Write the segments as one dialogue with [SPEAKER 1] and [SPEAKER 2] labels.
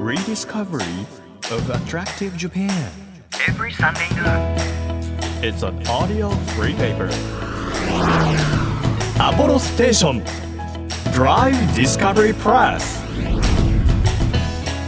[SPEAKER 1] Rediscovery of Attractive Japan.
[SPEAKER 2] every Sunday noon.
[SPEAKER 1] It's an audio free paper. Apollo Station. Drive Discovery Press.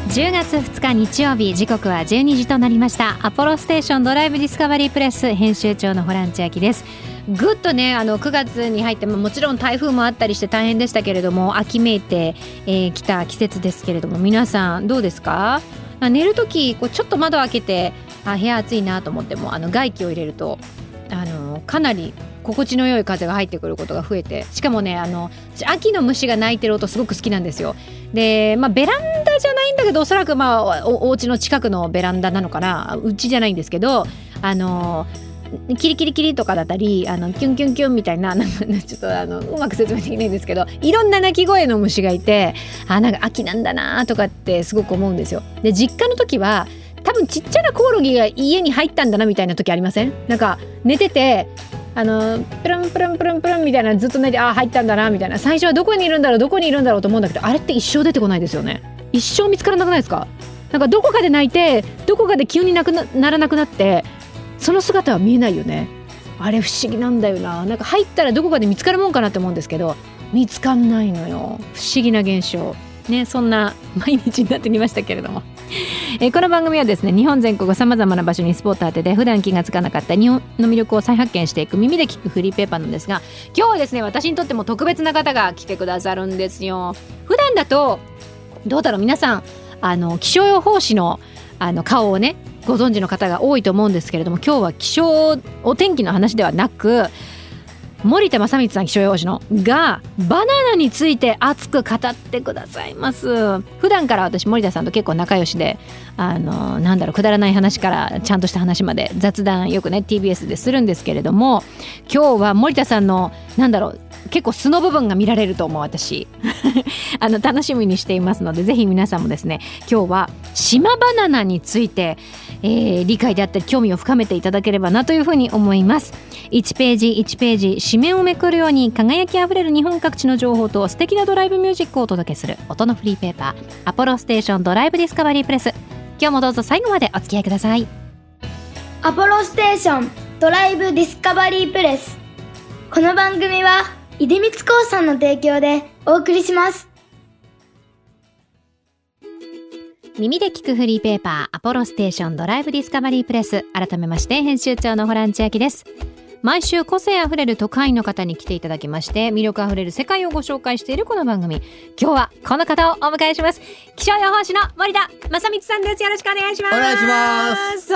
[SPEAKER 3] 10月2日日曜日時刻は12時となりましたアポロステーションドライブディスカバリープレス編集長のホラン千秋ですぐっとねあの9月に入ってまあもちろん台風もあったりして大変でしたけれども秋めいてき、えー来た季節ですけれども皆さんどうですかあ寝る時こうちょっと窓開けてあ部屋暑いなと思ってもあの外気を入れるとあのかなり心地の良い風が入ってくることが増えてしかもねあの私秋の虫が鳴いてる音すごく好きなんですよで、まあ、ベランダじゃないんだけどおそらく、まあ、おお家の近くのベランダなのかなうちじゃないんですけどあのキリキリキリとかだったりあのキュンキュンキュンみたいな なんかちょっとあのうまく説明できないんですけどいろんな鳴き声の虫がいてあなんか秋なんだなとかってすごく思うんですよ。で実家の時は多分ちっちゃなコオロギが家に入ったんだなみたいな時ありませんなんか寝ててあのプルンプルンプルンプルンみたいなずっと寝てあー入ったんだなみたいな最初はどこにいるんだろうどこにいるんだろうと思うんだけどあれって一生出てこないですよね一生見つからなくないですかなんかどこかで泣いてどこかで急になくなならなくなってその姿は見えないよねあれ不思議なんだよななんか入ったらどこかで見つかるもんかなって思うんですけど見つかんないのよ不思議な現象ねそんな毎日になってきましたけれどもえーこの番組はですね日本全国さまざまな場所にスポット当てて普段気がつかなかった日本の魅力を再発見していく耳で聞くフリーペーパーなんですが今日はですね私にとっても特別な方が来てくださるんですよ普段だとどうだろう皆さんあの気象予報士のあの顔をねご存知の方が多いと思うんですけれども今日は気象お天気の話ではなく森田正光さん気象予報士のがバナナについて熱く語ってくださいます普段から私森田さんと結構仲良しであのなんだろうくだらない話からちゃんとした話まで雑談よくね TBS でするんですけれども今日は森田さんのなんだろう結構素の部分が見られると思う私 あの楽しみにしていますのでぜひ皆さんもですね今日は島バナナについて、えー理解であったり興味を深めていただければなというふうに思います1ページ1ページ紙面をめくるように輝きあふれる日本各地の情報と素敵なドライブミュージックをお届けする音のフリーペーパー「アポロステーションドライブ・ディスカバリー・プレス」今日もどうぞ最後までお付き合いください
[SPEAKER 4] アポロステーションドライブディスカバリープレスこの番組は出光興産の提供でお送りします
[SPEAKER 3] 耳で聞くフリーペーパーアポロステーションドライブディスカバリープレス改めまして編集長のホラン千秋です毎週個性あふれる都会の方に来ていただきまして魅力あふれる世界をご紹介しているこの番組今日はこの方をお迎えします気象予報士の森田正光さんですよろしくお願いします
[SPEAKER 5] お願いします
[SPEAKER 3] そ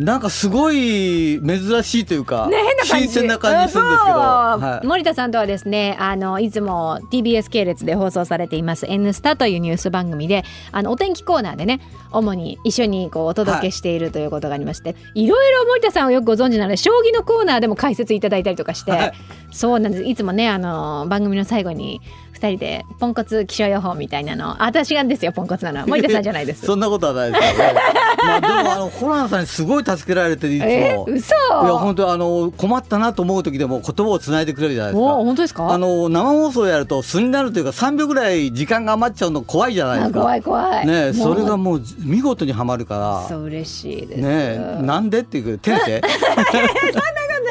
[SPEAKER 3] う
[SPEAKER 5] なんかすごい珍しいというか、
[SPEAKER 3] ね、変な感じ
[SPEAKER 5] 新鮮な感じするんですけど、
[SPEAKER 3] そう
[SPEAKER 5] はい、
[SPEAKER 3] 森田さんとはですねあのいつも TBS 系列で放送されています「N スタ」というニュース番組であのお天気コーナーでね主に一緒にこうお届けしているということがありまして、い、ろいろ森田さんをよくご存知なので将棋のコーナーでも解説いただいたりとかして、
[SPEAKER 5] はい
[SPEAKER 3] そうなんですいつもねあの番組の最後に2人でポンコツ気象予報みたいなのあ私がですよポンコツなのは森田さんじゃないです。
[SPEAKER 5] そんなことはないです けど、まあでもあのホランさんにすごい助けられていつも。
[SPEAKER 3] え嘘
[SPEAKER 5] いや本当あの困ったなと思う時でも言葉をつないでくれるじゃないです
[SPEAKER 3] お
[SPEAKER 5] か。
[SPEAKER 3] 本当ですか
[SPEAKER 5] あの生放送やると素になるというか3秒ぐらい時間が余っちゃうの怖いじゃないで
[SPEAKER 3] あ
[SPEAKER 5] すか。
[SPEAKER 3] 怖い怖い。
[SPEAKER 5] ねえ
[SPEAKER 3] もう
[SPEAKER 5] それがもう見事にはまるか
[SPEAKER 3] そう嬉しいです。
[SPEAKER 5] ら。ねえなんでっていう天 性
[SPEAKER 3] ない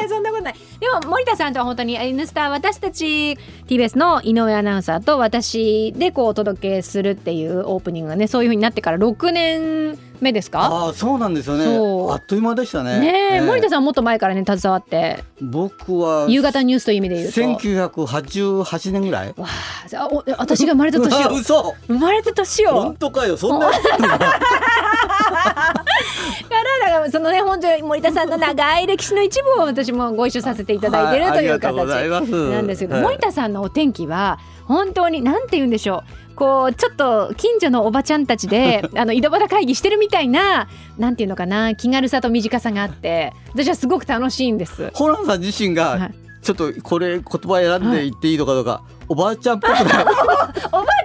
[SPEAKER 3] そんなことないでも森田さんとは本当に「N スタ」私たち TBS の井上アナウンサーと私でこうお届けするっていうオープニングがねそういう風になってから6年目ですか
[SPEAKER 5] ああそうなんですよね
[SPEAKER 3] そう
[SPEAKER 5] あっという間でしたね
[SPEAKER 3] ねえ
[SPEAKER 5] え
[SPEAKER 3] 森田さんはもっと前からね携わって
[SPEAKER 5] 僕は
[SPEAKER 3] 夕方ニュースという意味で言うと
[SPEAKER 5] 1988年ぐらい
[SPEAKER 3] わああお私が生まれた年
[SPEAKER 5] うわ
[SPEAKER 3] よ
[SPEAKER 5] 嘘
[SPEAKER 3] 生まれた年
[SPEAKER 5] 本
[SPEAKER 3] よ
[SPEAKER 5] 当かよそ んなやってんのか
[SPEAKER 3] だからそのね本当に森田さんの長い歴史の一部を私もご一緒させていただいてるという
[SPEAKER 5] はありがとうござい
[SPEAKER 3] 形
[SPEAKER 5] ます
[SPEAKER 3] なんですけど、
[SPEAKER 5] はい
[SPEAKER 3] 森田さんのお天気は本当になんて言うんでしょうこうちょっと近所のおばちゃんたち であの井戸端会議してるみたいななんていうのかな気軽さと短さがあって私はすごく楽しいんです。
[SPEAKER 5] ホランさん自身
[SPEAKER 3] は
[SPEAKER 5] が
[SPEAKER 3] い
[SPEAKER 5] ちょっとこれ言葉選んで言っていいのかどうかおばあちゃん っぽくないい
[SPEAKER 3] お
[SPEAKER 5] や
[SPEAKER 3] ばあち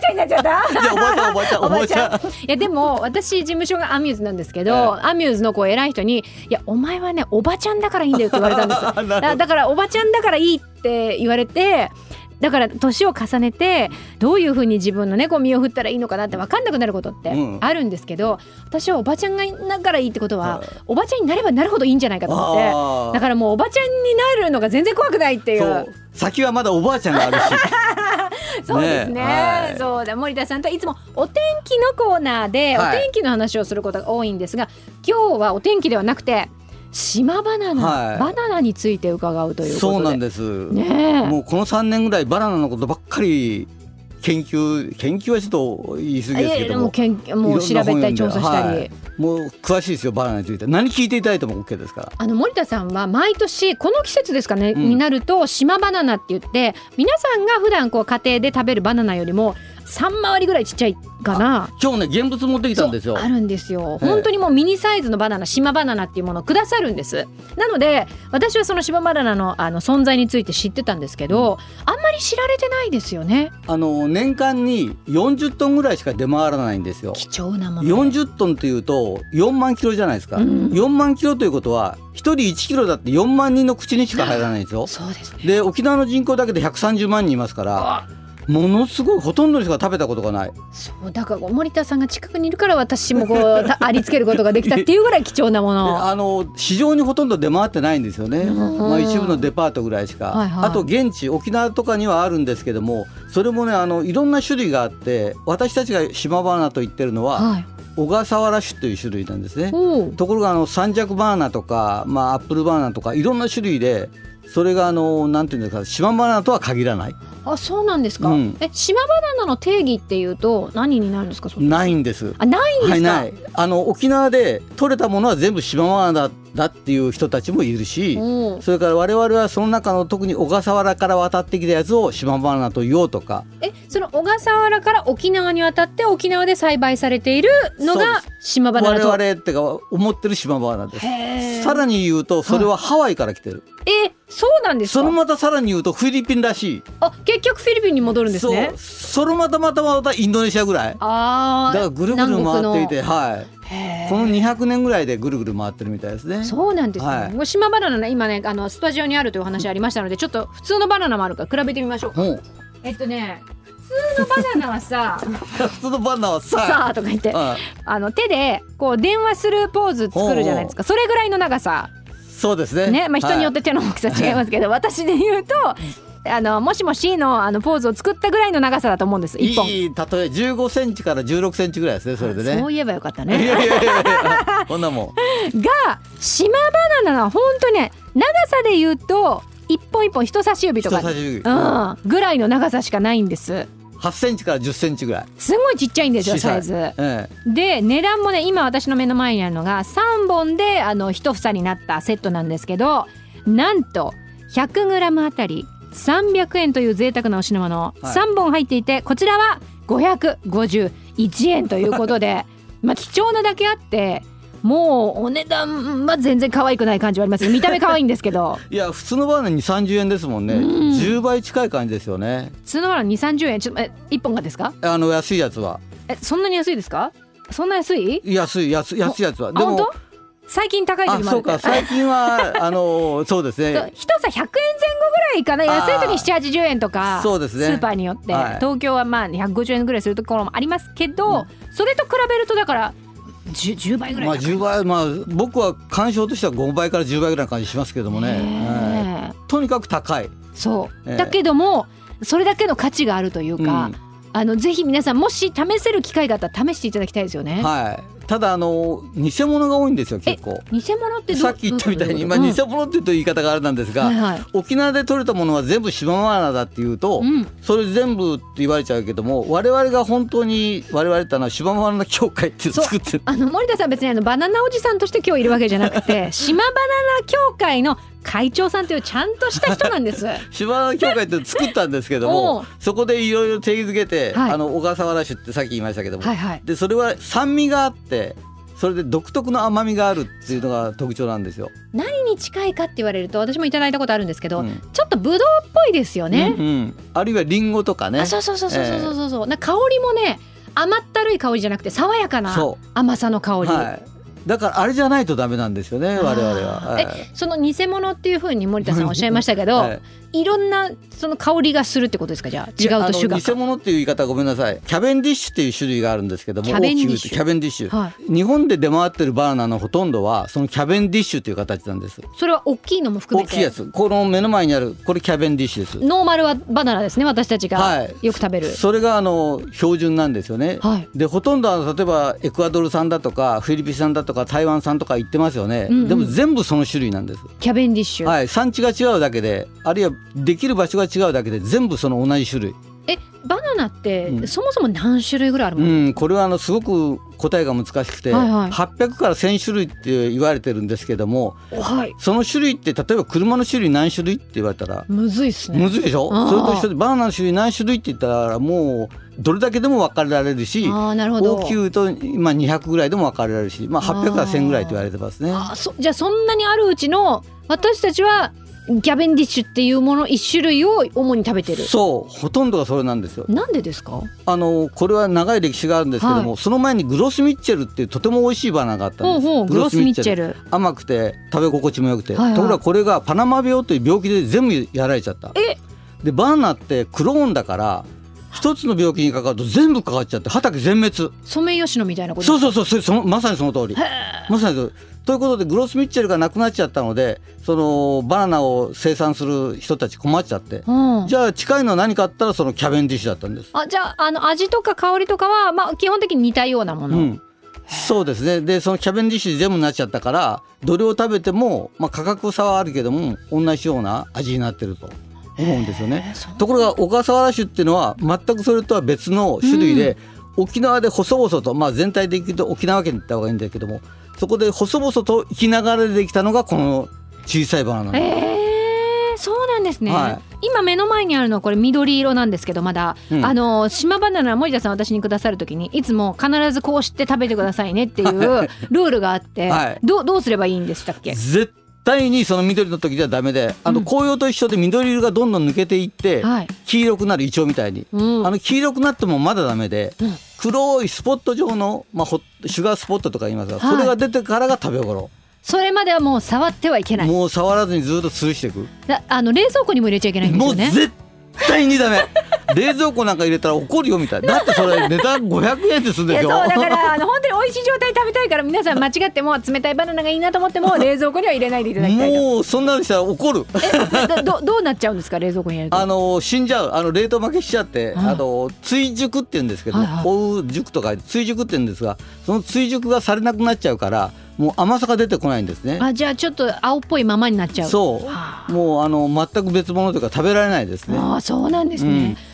[SPEAKER 3] ゃんになっちゃった
[SPEAKER 5] おばあちゃんおばあちゃんおばあちゃん
[SPEAKER 3] いやでも私事務所がアミューズなんですけど、
[SPEAKER 5] ええ
[SPEAKER 3] アミューズのこう偉い人に「いやお前はね おばちゃんだからいいんだよ」って言われたんです
[SPEAKER 5] なるほど
[SPEAKER 3] だだからおばちゃんだからいいって言われてだから年を重ねてどういう風に自分のねゴミを振ったらいいのかなって分かんなくなることって
[SPEAKER 5] うん
[SPEAKER 3] あるんですけど、私はおばちゃんがいなからいいってことは、
[SPEAKER 5] はい
[SPEAKER 3] おばちゃんになればなるほどいいんじゃないかと思って
[SPEAKER 5] あー
[SPEAKER 3] だからもうおばちゃんになるのが全然怖くないっていう
[SPEAKER 5] そう
[SPEAKER 3] そ
[SPEAKER 5] 先はまだおばあちゃんがあるし
[SPEAKER 3] うですね
[SPEAKER 5] ねはい
[SPEAKER 3] そうだ森田さんとはいつもお天気のコーナーでお
[SPEAKER 5] はい
[SPEAKER 3] 天気の話をすることが多いんですが、今日はお天気ではなくて島バナナ、
[SPEAKER 5] はい
[SPEAKER 3] バナナについて伺うと いうことで
[SPEAKER 5] そうなん
[SPEAKER 3] で
[SPEAKER 5] です、
[SPEAKER 3] ねえ
[SPEAKER 5] もうこの3年ぐらいバナナのことばっかり研究研究はちょっと言い
[SPEAKER 3] い
[SPEAKER 5] 過ぎです
[SPEAKER 3] や
[SPEAKER 5] け
[SPEAKER 3] いや
[SPEAKER 5] ど
[SPEAKER 3] もう
[SPEAKER 5] も
[SPEAKER 3] けんもう
[SPEAKER 5] い
[SPEAKER 3] 調
[SPEAKER 5] ろんな本読んで
[SPEAKER 3] べたり調査したり、
[SPEAKER 5] はいもう詳しいですよバナナについて何聞いていただいても OK ですから
[SPEAKER 3] あの森田さんは毎年この季節ですかね、
[SPEAKER 5] ん
[SPEAKER 3] になると島バナナって言って皆さんが普段こう家庭で食べるバナナよりも3回りぐらいちっちゃいかな。
[SPEAKER 5] 今日ね現物持ってきたんですよ
[SPEAKER 3] あるんですよ、
[SPEAKER 5] ええ
[SPEAKER 3] 本当にもうミニサイズのバナナ島バナナっていうものをくださるんですなので私はその島バナナのあの存在について知ってたんですけど、あんまり知られてないですよね
[SPEAKER 5] あの年間に40トンぐらいしか出回らないんですよ
[SPEAKER 3] 貴重なもの
[SPEAKER 5] 40トンというと4万キロじゃないですか、
[SPEAKER 3] うん
[SPEAKER 5] 4万キロということは1人1キロだって4万人の口にしか入らないんですよ
[SPEAKER 3] そうですね
[SPEAKER 5] で沖縄の人口だけで130万人いますからものすごいほとんどの人が食べたことがない
[SPEAKER 3] そうだから森田さんが近くにいるから私もこ うたありつけることができたっていうぐらい貴重なもの
[SPEAKER 5] あの市場にほとんど出回ってないんですよね、
[SPEAKER 3] うん
[SPEAKER 5] まあ、一部のデパートぐらいしか、
[SPEAKER 3] はいはい
[SPEAKER 5] あと現地沖縄とかにはあるんですけどもそれもねあのいろんな種類があって私たちが島バナナと言ってるのは、
[SPEAKER 3] はい
[SPEAKER 5] 小笠原種という種類なんですね
[SPEAKER 3] おう
[SPEAKER 5] ところがあの三尺バーナーとか、まあ、アップルバーナーとかいろんな種類でそれがあのなんていうんですか島バーナーとは限らない
[SPEAKER 3] あそうなんですか、
[SPEAKER 5] うん
[SPEAKER 3] え島バナナの定義っていうと何になるんですかその
[SPEAKER 5] ないんです。
[SPEAKER 3] あないんで
[SPEAKER 5] は
[SPEAKER 3] す
[SPEAKER 5] い
[SPEAKER 3] か、
[SPEAKER 5] ないあの沖縄で取れたものは全部島バーナーだっていう人たちもいるし
[SPEAKER 3] おう
[SPEAKER 5] それから我々はその中の特に小笠原から渡ってきたやつを島バーナーと言おうとか
[SPEAKER 3] えその小笠原から沖縄に渡って沖縄で栽培されているのが
[SPEAKER 5] そ
[SPEAKER 3] 島バ
[SPEAKER 5] 我
[SPEAKER 3] ナナと
[SPEAKER 5] 々ってか思ってる島バーナーです。
[SPEAKER 3] へー
[SPEAKER 5] さらに言うとそれはハワイから来てる、
[SPEAKER 3] えそうなんです
[SPEAKER 5] その
[SPEAKER 3] か
[SPEAKER 5] またさらに言うとフィリピンらしい
[SPEAKER 3] あ結局フィリピンに戻るんですね
[SPEAKER 5] そうそれまたまたまたインドネシアぐらいだか
[SPEAKER 3] ああ
[SPEAKER 5] らぐるぐる回っていて、はい、この200年ぐらいでぐるぐる回ってるみたいですね
[SPEAKER 3] そうなんですね、
[SPEAKER 5] はい
[SPEAKER 3] もう島バナナね今ねあのスタジオにあるというお話ありましたのでちょっと普通のバナナもあるから比べてみましょう
[SPEAKER 5] うん
[SPEAKER 3] えっとね普通のバナナは さ
[SPEAKER 5] 普通のバナナはさ
[SPEAKER 3] さあとか言って
[SPEAKER 5] あ
[SPEAKER 3] あの手でこう電話するポーズ作るじゃないですかそれぐらいの長さ
[SPEAKER 5] そうですね
[SPEAKER 3] ね、まあ、人によっ、
[SPEAKER 5] は
[SPEAKER 3] て手の大きさ違いますけど、私で言うとあのもしもしのあのポーズを作ったぐらいの長さだと思うんです
[SPEAKER 5] い、
[SPEAKER 3] 一本
[SPEAKER 5] いい例え15センチから16センチぐらいですねそれでね
[SPEAKER 3] そういえばよかった
[SPEAKER 5] いやい
[SPEAKER 3] ね
[SPEAKER 5] やいやいやこんなもん
[SPEAKER 3] が島バナナは本当ね長さで言うと一本一本人差し指と
[SPEAKER 5] 人
[SPEAKER 3] か
[SPEAKER 5] 差し指
[SPEAKER 3] うん、ぐらいの長さしかないんです
[SPEAKER 5] 8センチから10センチぐらい
[SPEAKER 3] すごいちっちゃいんですよ
[SPEAKER 5] 小さ
[SPEAKER 3] サイ
[SPEAKER 5] い
[SPEAKER 3] ズ
[SPEAKER 5] え
[SPEAKER 3] で値段もね今私の目の前にあるのが3本であの1房になったセットなんですけどなんと 100g あたり300円という贅沢なお品物、
[SPEAKER 5] はい
[SPEAKER 3] 3本入っていてこちらは551円ということで まあ貴重なだけあってもうお値段は全然可愛くない感じはあります見た目可愛いんですけ ど
[SPEAKER 5] えいや普通のバナナに30円ですもんね、10倍近い感じですよね
[SPEAKER 3] 普通のもの2 3 0円ちょっとえ1本がですか
[SPEAKER 5] あの安いやつは
[SPEAKER 3] えそんなに安いですかそんな安い
[SPEAKER 5] 安い安い安いやつは
[SPEAKER 3] あ本当最近高い時
[SPEAKER 5] あ
[SPEAKER 3] もあ
[SPEAKER 5] そ
[SPEAKER 3] る
[SPEAKER 5] うか最 近はあのそうです
[SPEAKER 3] そう
[SPEAKER 5] ね
[SPEAKER 3] 一房100円前後ぐらいかな
[SPEAKER 5] あー
[SPEAKER 3] 安い時7 8 0円とか
[SPEAKER 5] そうですね
[SPEAKER 3] スーパーによって、
[SPEAKER 5] はい
[SPEAKER 3] 東京はまあ150円ぐらいするところもありますけど、それと比べるとだから 10, 10倍ぐらい
[SPEAKER 5] まあ
[SPEAKER 3] 高い
[SPEAKER 5] 10倍まあ僕は鑑賞としては5倍から10倍ぐらいの感じしますけどもね、はい
[SPEAKER 3] ねえ
[SPEAKER 5] とにかく高い
[SPEAKER 3] そう、
[SPEAKER 5] ええ
[SPEAKER 3] だけどもそれだけの価値があるというか、
[SPEAKER 5] うん
[SPEAKER 3] あのぜひ皆さんもし試せる機会があったら試していただきたいですよね、
[SPEAKER 5] はいただあの偽物が多いんですよ結構
[SPEAKER 3] 偽物ってど
[SPEAKER 5] さっき言ったみたいに、
[SPEAKER 3] ど
[SPEAKER 5] ま
[SPEAKER 3] う
[SPEAKER 5] あ、
[SPEAKER 3] いう
[SPEAKER 5] 偽
[SPEAKER 3] こと
[SPEAKER 5] 物っていうと言い方があれなんですが、
[SPEAKER 3] はいはい
[SPEAKER 5] 沖縄で取れたものは全部島マナだっていうと、
[SPEAKER 3] うん
[SPEAKER 5] それ全部って言われちゃうけども我々が本当に我々ってのは島マナ協会っていうのを作ってる
[SPEAKER 3] あの森田さん別にあのバナナおじさんとして今日いるわけじゃなく て島バナナ協会の会長さんというちゃんとした人なんです。
[SPEAKER 5] 島マナ協会っていうのを作ったんですけ
[SPEAKER 3] お
[SPEAKER 5] ど
[SPEAKER 3] う
[SPEAKER 5] もそこでいろいろ定義づけて、
[SPEAKER 3] はい
[SPEAKER 5] あの小笠原酒ってさっき言いましたけども、
[SPEAKER 3] はいはい
[SPEAKER 5] でそれは酸味があってそれで独特の甘みがあるっていうのが特徴なんですよ。
[SPEAKER 3] 何に近いかって言われると私もいただいたことあるんですけど、
[SPEAKER 5] うん
[SPEAKER 3] ちょっとブドウっぽいですよね。
[SPEAKER 5] うんうんあるいはリンゴとかね
[SPEAKER 3] あそうそうそうそうそうそう
[SPEAKER 5] え
[SPEAKER 3] そうそう、なんか香りもね甘ったるい香りじゃなくて爽やかな
[SPEAKER 5] そ
[SPEAKER 3] 甘さの香り。
[SPEAKER 5] はい、だからあれじゃないとダメなんですよね我々は。
[SPEAKER 3] あーえその偽物っていうふうに森田さんおっしゃいましたけど、
[SPEAKER 5] はい
[SPEAKER 3] いろんなその香りがするってことですかじゃあ違
[SPEAKER 5] いや
[SPEAKER 3] う
[SPEAKER 5] あ
[SPEAKER 3] と
[SPEAKER 5] の
[SPEAKER 3] シュガ
[SPEAKER 5] 偽
[SPEAKER 3] ーか
[SPEAKER 5] 物っていう言い方ごめんなさいキャベンディッシュっていう種類があるんですけども
[SPEAKER 3] キャベンディッシュ
[SPEAKER 5] 大きく言うとキャベンディッシュ、
[SPEAKER 3] は
[SPEAKER 5] 日本で出回ってるバナナのほとんどはそのキャベンディッシュという形なんです
[SPEAKER 3] それは大きいのも含
[SPEAKER 5] 大
[SPEAKER 3] めて
[SPEAKER 5] きいやつこの目の前にあるこれキャベンディッシュです
[SPEAKER 3] ノーマルはバナナですね私たち
[SPEAKER 5] は
[SPEAKER 3] が
[SPEAKER 5] い
[SPEAKER 3] よく食べる、
[SPEAKER 5] それがあの標準なんですよね、
[SPEAKER 3] はい
[SPEAKER 5] でほとんどあの例えばエクアドル産だとかフィリピン産だとか台湾産とか言ってますよね、
[SPEAKER 3] うんうん
[SPEAKER 5] でも全部その種類なんです、
[SPEAKER 3] キャベンディッシュ、
[SPEAKER 5] はい、産地が違うだけであるいはできる場所が違うだけで全部その同じ種類
[SPEAKER 3] えバナナって、
[SPEAKER 5] うん
[SPEAKER 3] そもそも何種類ぐらいあるも
[SPEAKER 5] う
[SPEAKER 3] の、
[SPEAKER 5] ん、これはあのすごく答えが難しくて、
[SPEAKER 3] はいはい
[SPEAKER 5] 800から1,000種類って言われてるんですけども
[SPEAKER 3] はい
[SPEAKER 5] その種類って例えば車の種類何種類って言われたら
[SPEAKER 3] むずいっすね
[SPEAKER 5] むずいでしょ
[SPEAKER 3] あー
[SPEAKER 5] それと一緒でバナナの種類何種類って言ったらもうどれだけでも分かれられるし
[SPEAKER 3] ああなるほど
[SPEAKER 5] 大きく言うと、まあ、200ぐらいでも分かれられるし、まあ、800から1,000ぐらいと言われてますね。
[SPEAKER 3] あそじゃあそんなにあるうちの私たちはギャベンディッシュっていうもの一種類を主に食べてる
[SPEAKER 5] そうほとんどがそれなんですよ
[SPEAKER 3] なんでですか
[SPEAKER 5] あのこれは長い歴史があるんですけども、
[SPEAKER 3] は
[SPEAKER 5] その前にグロスミッチェルっていうとても美味しいバナナがあったん
[SPEAKER 3] ほう
[SPEAKER 5] です
[SPEAKER 3] ほうグロスミッチェル
[SPEAKER 5] 甘くて食べ心地も良くて、
[SPEAKER 3] はいはい
[SPEAKER 5] ところがこれがパナマ病という病気で全部やられちゃった
[SPEAKER 3] え
[SPEAKER 5] でバナナってクローンだから一つの病気にかかると全部かかっちゃって畑全滅
[SPEAKER 3] ソメイヨシノみたいなこと
[SPEAKER 5] そうそうそうそれそのまさにその通り
[SPEAKER 3] へ
[SPEAKER 5] まさにそうということでグロス・ミッチェルが亡くなっちゃったのでそのバナナを生産する人たち困っちゃって
[SPEAKER 3] うん
[SPEAKER 5] じゃあ近いのは何かあったらそのキャベンディッシュだったんです
[SPEAKER 3] あじゃああの味とか香りとかは、まあ、基本的に似たようなもの、
[SPEAKER 5] うん、そうですねでそのキャベンディッシュ全部になっちゃったからどれを食べても、まあ、価格差はあるけども同じような味になってると思うんですよね
[SPEAKER 3] そう
[SPEAKER 5] ところが小笠原酒っていうのは全くそれとは別の種類で、沖縄で細々と、まあ、全体で言うと沖縄県って言った方がいいんだけどもそこで細々と生きながらできたのがこの小さいバナナなんです
[SPEAKER 3] えー、そうなんですね、
[SPEAKER 5] は
[SPEAKER 3] 今目の前にあるのはこれ緑色なんですけどまだ、
[SPEAKER 5] うん
[SPEAKER 3] あの島バナナ森田さん私にくださる時にいつも必ずこうして食べてくださいねっていうルールがあって、
[SPEAKER 5] はい
[SPEAKER 3] どうどうすればいいんでしたっけ
[SPEAKER 5] 絶対にその緑の時ではダメであの
[SPEAKER 3] うん
[SPEAKER 5] 紅葉と一緒で緑色がどんどん抜けていって、
[SPEAKER 3] はい、
[SPEAKER 5] 黄色くなるイチョウみたいに
[SPEAKER 3] うん、
[SPEAKER 5] あの黄色くなってもまだダメで、
[SPEAKER 3] うん
[SPEAKER 5] 黒いスポット状の、まあ、ホッシュガースポットとか言いますが、
[SPEAKER 3] はい
[SPEAKER 5] それが出てからが食べ頃
[SPEAKER 3] それまではもう触ってはいけない
[SPEAKER 5] もう触らずにずっと吊るしていく、
[SPEAKER 3] だあの冷蔵庫にも入れちゃいけないんです
[SPEAKER 5] も
[SPEAKER 3] よ
[SPEAKER 5] う
[SPEAKER 3] ね
[SPEAKER 5] 絶対 にダメ冷蔵庫なんか入れたら怒るよみたいだってそれ値段500円でするん
[SPEAKER 3] い
[SPEAKER 5] で
[SPEAKER 3] や
[SPEAKER 5] し
[SPEAKER 3] そ
[SPEAKER 5] ょ
[SPEAKER 3] うだからあの本当に美味しい状態で食べたいから皆さん間違っても冷たいバナナがいいなと思っても冷蔵庫には入れないでいただきたいと
[SPEAKER 5] もうそんなのしたら怒る
[SPEAKER 3] えどどどうなっちゃうんですか冷蔵庫に入れると
[SPEAKER 5] あの死んじゃうあの冷凍負けしちゃって
[SPEAKER 3] はい
[SPEAKER 5] あの追熟って言うんですけど、
[SPEAKER 3] はいはい
[SPEAKER 5] 追う熟とか追熟って言うんですがその追熟がされなくなっちゃうからもう甘さが出てこないんですね
[SPEAKER 3] あじゃあちょっと青っぽいままになっちゃう
[SPEAKER 5] そう
[SPEAKER 3] はあ
[SPEAKER 5] もうあの全く別物というか食べられないですね。
[SPEAKER 3] ああそうなんですね、えー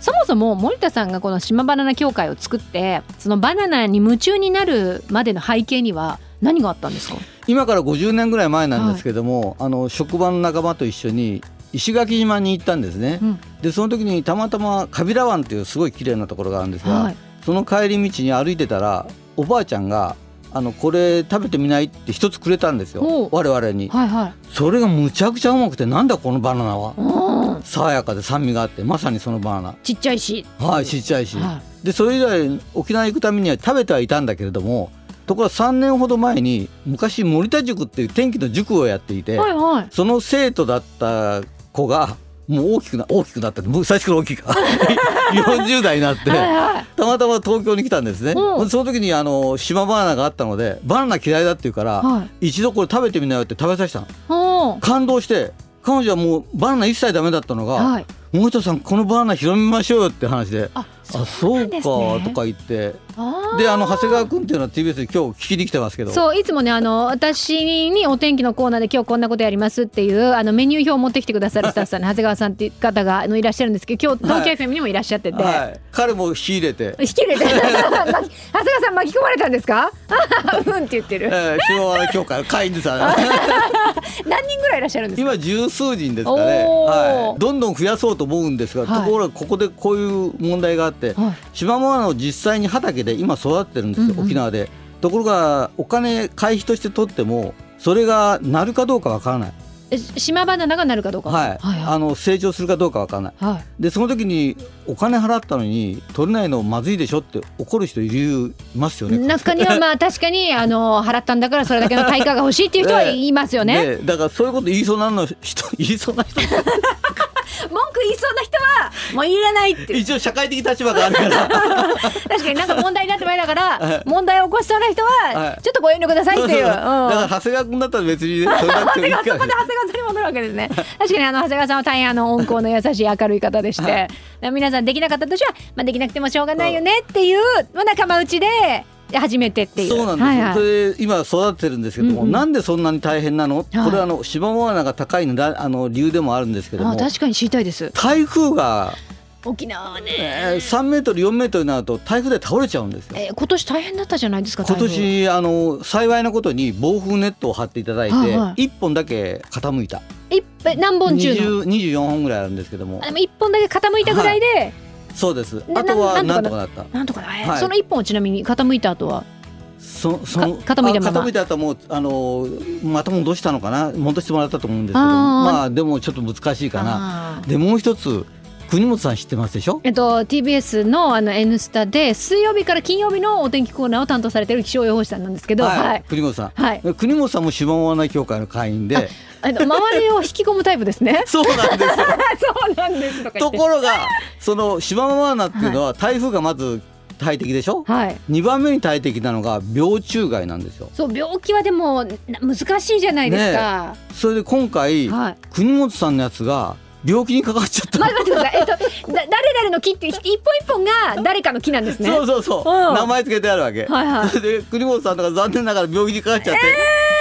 [SPEAKER 3] そもそも森田さんがこの島バナナ協会を作ってそのバナナに夢中になるまでの背景には何があったんですか
[SPEAKER 5] 今から50年ぐらい前なんですけども、あの職場の仲間と一緒に石垣島に行ったんですね。
[SPEAKER 3] うん
[SPEAKER 5] でその時にたまたまカビラ湾っていうすごい綺麗なところがあるんですが、
[SPEAKER 3] はい
[SPEAKER 5] その帰り道に歩いてたらおばあちゃんがあのこれ食べてみないって一つくれたんです
[SPEAKER 3] おう
[SPEAKER 5] よ我々に。
[SPEAKER 3] はいはい
[SPEAKER 5] それがむちゃくちゃうまくてなんだこのバナナは
[SPEAKER 3] うん
[SPEAKER 5] 爽やかで酸味があってまさにそのバナ
[SPEAKER 3] ちっちゃいし
[SPEAKER 5] ナはいちっちゃいし、
[SPEAKER 3] は
[SPEAKER 5] でそれ以来沖縄行くためには食べてはいたんだけれどもところが3年ほど前に昔森田塾っていう天気の塾をやってい
[SPEAKER 3] い
[SPEAKER 5] て、
[SPEAKER 3] はいはい
[SPEAKER 5] その生徒だった子がもう大きくな大きくなったってもう最初から大き いか40代になって
[SPEAKER 3] はいはい
[SPEAKER 5] たまたま東京に来たんですね、
[SPEAKER 3] うん
[SPEAKER 5] その時にあの島バナナがあったのでバナナ嫌いだって言うから、
[SPEAKER 3] はい
[SPEAKER 5] 一度これ食べてみなよって食べさせたの
[SPEAKER 3] うん
[SPEAKER 5] 感動して彼女はもうバナナ一切ダメだったのが、
[SPEAKER 3] はい
[SPEAKER 5] 森田さんこのバナナ広めましょうよって話で。
[SPEAKER 3] あ
[SPEAKER 5] あそうか
[SPEAKER 3] そうなんですね
[SPEAKER 5] とか言って
[SPEAKER 3] あー
[SPEAKER 5] であの長谷川君っていうのは TBS に今日聞きに来てますけど
[SPEAKER 3] そういつもねあの私にお天気のコーナーで今日こんなことやりますっていうあのメニュー表を持ってきてくださるスタッフさんの長谷川さんっていう方があのいらっしゃるんですけど今日東京 FM にもいらっしゃってて、
[SPEAKER 5] はい、彼も火入れ て、
[SPEAKER 3] 引き入れ て巻き長谷川さん巻き込まれたんですかうんって言って
[SPEAKER 5] え
[SPEAKER 3] る
[SPEAKER 5] ー、島原協会の会員さん
[SPEAKER 3] 何人ぐらいいらっしゃるんですか
[SPEAKER 5] 今十数人ですかね、
[SPEAKER 3] おー
[SPEAKER 5] はい、どんどん増やそうと思うんですが、
[SPEAKER 3] はい
[SPEAKER 5] ところがここでこういう問題があって、
[SPEAKER 3] はい
[SPEAKER 5] 島バナナを実際に畑で今育ってるんですよ、
[SPEAKER 3] うんうん
[SPEAKER 5] 沖縄でところがお金会費として取ってもそれがなるかどうかわからない
[SPEAKER 3] え島バナナがなるかどうか。
[SPEAKER 5] はい、
[SPEAKER 3] はい
[SPEAKER 5] あの成長するかどうかわからない
[SPEAKER 3] はい。
[SPEAKER 5] でその時にお金払ったのに取れないのまずいでしょって怒る人いるいますよね
[SPEAKER 3] 中にはまあ確かにあの払ったんだからそれだけの対価が欲しいっていう人は
[SPEAKER 5] ね
[SPEAKER 3] いますよね。
[SPEAKER 5] ねだからそういうこと言いそうなの人 言いそうな人
[SPEAKER 3] 文句言いそうな人はもういらないっていう
[SPEAKER 5] 一応社会的立場があるか
[SPEAKER 3] 確
[SPEAKER 5] ら
[SPEAKER 3] かになんか問題になって前だ から問題を起こしそうな人は
[SPEAKER 5] はい
[SPEAKER 3] ちょっとご遠慮くださ いっていう。
[SPEAKER 5] だから
[SPEAKER 3] うん
[SPEAKER 5] 長谷川君だったら別にねそれだっていいか
[SPEAKER 3] そこで長谷川さんに戻るわけですね。確かにあの長谷川さんは大変あの温厚の優しい明るい方でして、だから皆さんできなかったとしは、まあ、できなくてもしょうがないよねっていう、まあ、仲間内で始めてっていう。
[SPEAKER 5] そうなんですよ、
[SPEAKER 3] はいはい
[SPEAKER 5] それで今育ててるんですけども、
[SPEAKER 3] うんうん
[SPEAKER 5] なんでそんなに大変なの、
[SPEAKER 3] はい
[SPEAKER 5] これはあの芝モアナが高いのだあの理由でもあるんですけど
[SPEAKER 3] あ
[SPEAKER 5] も
[SPEAKER 3] 確かに知りたいです。
[SPEAKER 5] 台風が、
[SPEAKER 3] 沖縄はね、
[SPEAKER 5] えー、3メートル4メートルになると台風で倒れちゃうんですよ。
[SPEAKER 3] えー今年大変だったじゃないですか。
[SPEAKER 5] 今
[SPEAKER 3] 台風
[SPEAKER 5] 年あの幸いなことに防風ネットを張っていただいて、
[SPEAKER 3] はいは
[SPEAKER 5] 1本だけ傾いた
[SPEAKER 3] 一え何本中の。
[SPEAKER 5] 20 24本ぐらいあるんですけども
[SPEAKER 3] あでも一本だけ傾いたぐらいで、
[SPEAKER 5] そうです
[SPEAKER 3] な
[SPEAKER 5] あとは
[SPEAKER 3] な
[SPEAKER 5] なんん
[SPEAKER 3] と
[SPEAKER 5] と
[SPEAKER 3] か
[SPEAKER 5] かなった
[SPEAKER 3] なんとかな、えー
[SPEAKER 5] はい
[SPEAKER 3] その一本をちなみに傾いた後は。
[SPEAKER 5] そその
[SPEAKER 3] か傾いたまま
[SPEAKER 5] あ傾いた後はもうあのまた戻したのかな戻してもらったと思うんですけど
[SPEAKER 3] あー
[SPEAKER 5] まあでもちょっと難しいかな
[SPEAKER 3] あー
[SPEAKER 5] でもう一つ国本さん知ってますでしょ
[SPEAKER 3] えっと、TBS のあの「N スタ」で水曜日から金曜日のお天気コーナーを担当されてる気象予報士さんなんですけど、はい
[SPEAKER 5] 国本さん、
[SPEAKER 3] はい
[SPEAKER 5] 国本さんも芝生穴協会の会員で。
[SPEAKER 3] あの周りを引き込むタイプですね
[SPEAKER 5] そうなんですよ
[SPEAKER 3] そうなんです とか言
[SPEAKER 5] と
[SPEAKER 3] って
[SPEAKER 5] ころがその芝生穴っていうのは台風がまず大敵でしょ、
[SPEAKER 3] はい
[SPEAKER 5] 2番目に大敵なのが病虫害なんですよ
[SPEAKER 3] そう病気はでもな難しいじゃないですか。
[SPEAKER 5] それで今回、
[SPEAKER 3] はい
[SPEAKER 5] 国本さんのやつが病気にかかっちゃった、
[SPEAKER 3] 待って待ってください。えっとだ誰々の木って一本一本が誰かの木なんですね。
[SPEAKER 5] そうそうそう、
[SPEAKER 3] うん
[SPEAKER 5] 名前つけてあるわけ、
[SPEAKER 3] はいはい
[SPEAKER 5] それで国本さんとか残念ながら病気にかかっちゃって、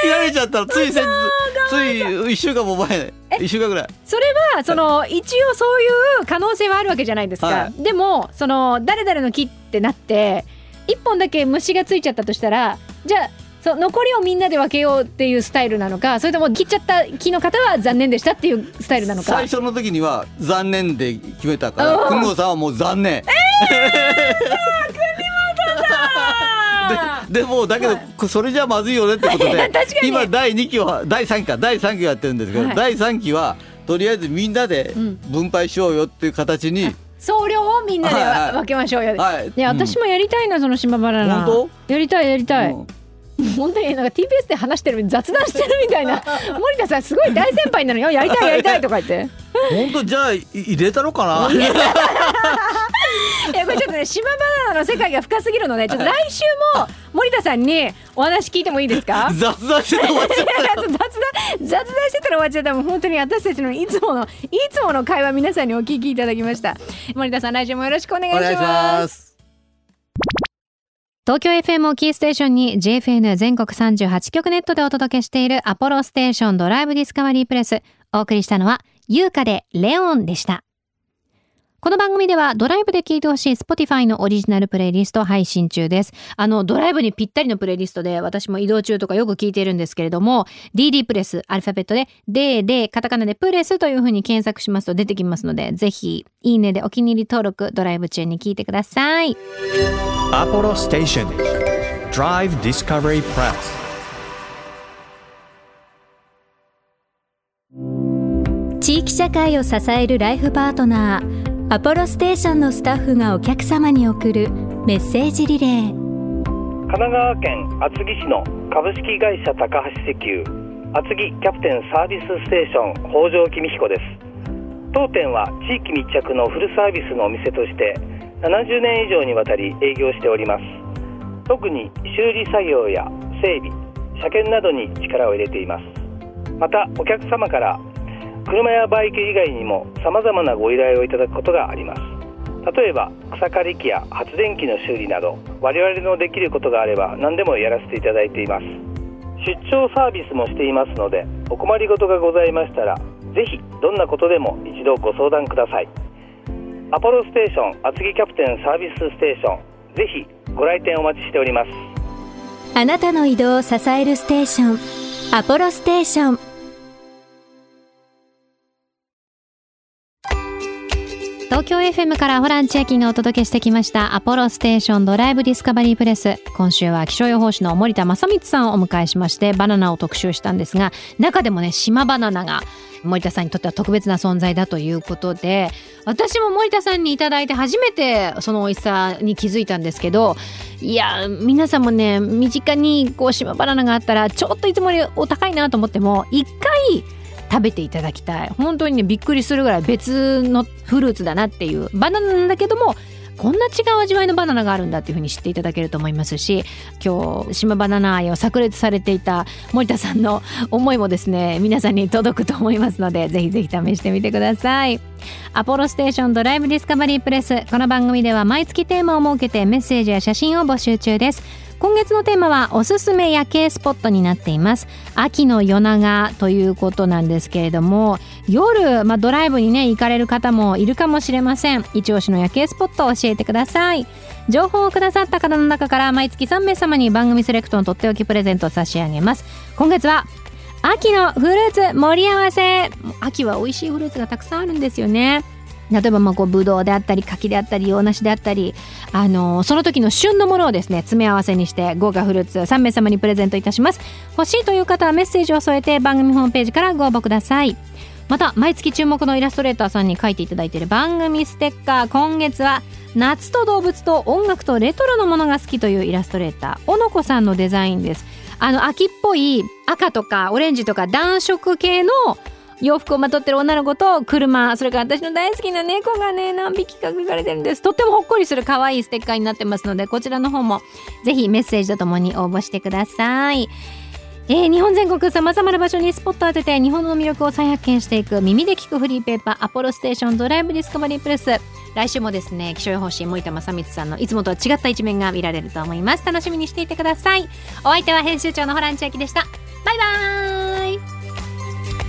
[SPEAKER 5] 切られちゃったらつい先日つい1週間も前1週間ぐらい
[SPEAKER 3] それはその一応そういう可能性はあるわけじゃないですか、
[SPEAKER 5] は
[SPEAKER 3] でもその誰々の木ってなって一本だけ虫がついちゃったとしたらじゃあその残りをみんなで分けようっていうスタイルなのかそれとも切っちゃった木の方は残念でしたっていうスタイルなのか
[SPEAKER 5] 最初の時には残念で決めたから
[SPEAKER 3] うん
[SPEAKER 5] 国本さんはもう残念、
[SPEAKER 3] あ
[SPEAKER 5] ででもだけど、それじゃまずいよねってこと で
[SPEAKER 3] 確かに
[SPEAKER 5] 今第2期は第3期か第3期やってるんですけど、
[SPEAKER 3] はい
[SPEAKER 5] 第3期はとりあえずみんなで
[SPEAKER 3] うん
[SPEAKER 5] 分配しようよっていう形に、
[SPEAKER 3] ー総量をみんなで
[SPEAKER 5] はいはい
[SPEAKER 3] 分けましょうよ、
[SPEAKER 5] はい
[SPEAKER 3] ね、私もやりたいなその島バナナ
[SPEAKER 5] 本
[SPEAKER 3] やりたいやりたい、
[SPEAKER 5] うん
[SPEAKER 3] 本当になんか TBS で話してる雑談してるみたいな森田さんすごい大先輩なのよやりたいやりたいとか言って。
[SPEAKER 5] 本当じゃあい入れたのか
[SPEAKER 3] い
[SPEAKER 5] な
[SPEAKER 3] やこれちょっとね島バナナの世界が深すぎるのでちょっと来週も森田さんにお話聞いてもいいですか
[SPEAKER 5] 雑談して終わっちゃっ
[SPEAKER 3] 雑談雑談してたら終わっちゃったもう本当に私たちのいつものいつもの会話皆さんにお聞きいただきました森田さん来週もよろしくお願い
[SPEAKER 5] たお願い
[SPEAKER 3] し
[SPEAKER 5] し
[SPEAKER 3] ます
[SPEAKER 5] ます
[SPEAKER 3] 東京 FM をキーステーションに JFN 全国38局ネットでお届けしているアポロステーションドライブディスカバリープレス。お送りしたのは、優香でレオンでした。この番組ではドライブで聴いてほしい Spotify のオリジナルプレイリストを配信中です。あの、ドライブにぴったりのプレイリストで私も移動中とかよく聞いてるんですけれども、DD プレス、アルファベットで D でカタカナでプレスというふうに検索しますと出てきますので、ぜひ、いいねでお気に入り登録、ドライブ中に聞いてください。
[SPEAKER 1] Apollo Station. Drive Discovery Press.
[SPEAKER 6] 「地域社会を支えるライフパートナー」アポロステーションのスタッフがお客様に送るメッセージリレー。
[SPEAKER 7] 神奈川県厚木市の株式会社高橋石油厚木キャプテンサービスステーション北条公彦です当店は地域密着のフルサービスのお店として70年以上にわたり営業しております特に修理作業や整備車検などに力を入れていますまたお客様から車やバイク以外にも様々なご依頼をいただくことがあります例えば草刈り機や発電機の修理など我々のできることがあれば何でもやらせていただいています出張サービスもしていますのでお困りごとがございましたらぜひどんなことでも一度ご相談くださいアポロステーション厚木キャプテンサービスステーションぜひご来店お待ちしております
[SPEAKER 6] あなたの移動を支えるステーションアポロステーション
[SPEAKER 3] 東京 FM からホラン千秋がお届けしてきましたアポロステーションドライブディスカバリープレス今週は気象予報士の森田正光さんをお迎えしましてバナナを特集したんですが中でもね島バナナが森田さんにとっては特別な存在だということで私も森田さんにいただいて初めてその美味しさに気づいたんですけどいや皆さんもね身近にこう島バナナがあったらちょっといつもよりお高いなと思っても一回食べていただきたい本当にねびっくりするぐらい別のフルーツだなっていうバナナなんだけどもこんな違う味わいのバナナがあるんだっていうふうに知っていただけると思いますし今日島バナナ愛を炸裂されていた森田さんの思いもですね皆さんに届くと思いますのでぜひぜひ試してみてくださいアポロステーションドライブディスカバリープレスこの番組では毎月テーマを設けてメッセージや写真を募集中です今月のテーマはおすすめ夜景スポットになっています秋の夜長ということなんですけれども夜、まあ、ドライブにね行かれる方もいるかもしれません一押しの夜景スポットを教えてください情報をくださった方の中から毎月3名様に番組セレクトのとっておきプレゼントを差し上げます今月は秋のフルーツ盛り合わせ秋は美味しいフルーツがたくさんあるんですよね例えばまあこうぶどうであったり柿であったり洋梨であったり、あのーその時の旬のものをですね詰め合わせにして豪華フルーツ3名様にプレゼントいたします欲しいという方はメッセージを添えて番組ホームページからご応募くださいまた毎月注目のイラストレーターさんに書いていただいている番組ステッカー今月は夏と動物と音楽とレトロのものが好きというイラストレーターおのこさんのデザインですあの秋っぽい赤とかオレンジとか暖色系の洋服をまとってる女の子と車それから私の大好きな猫がね何匹か描かれてるんですとってもほっこりする可愛いステッカーになってますのでこちらの方もぜひメッセージとともに応募してください。えー日本全国さまざまな場所にスポットを当てて日本の魅力を再発見していく耳で聞くフリーペーパー「アポロステーションドライブディスカバリープレス」来週もですね気象予報士森田正光さんのいつもとは違った一面が見られると思います楽しみにしていてくださいお相手は編集長のホラン千秋でしたバイバーイ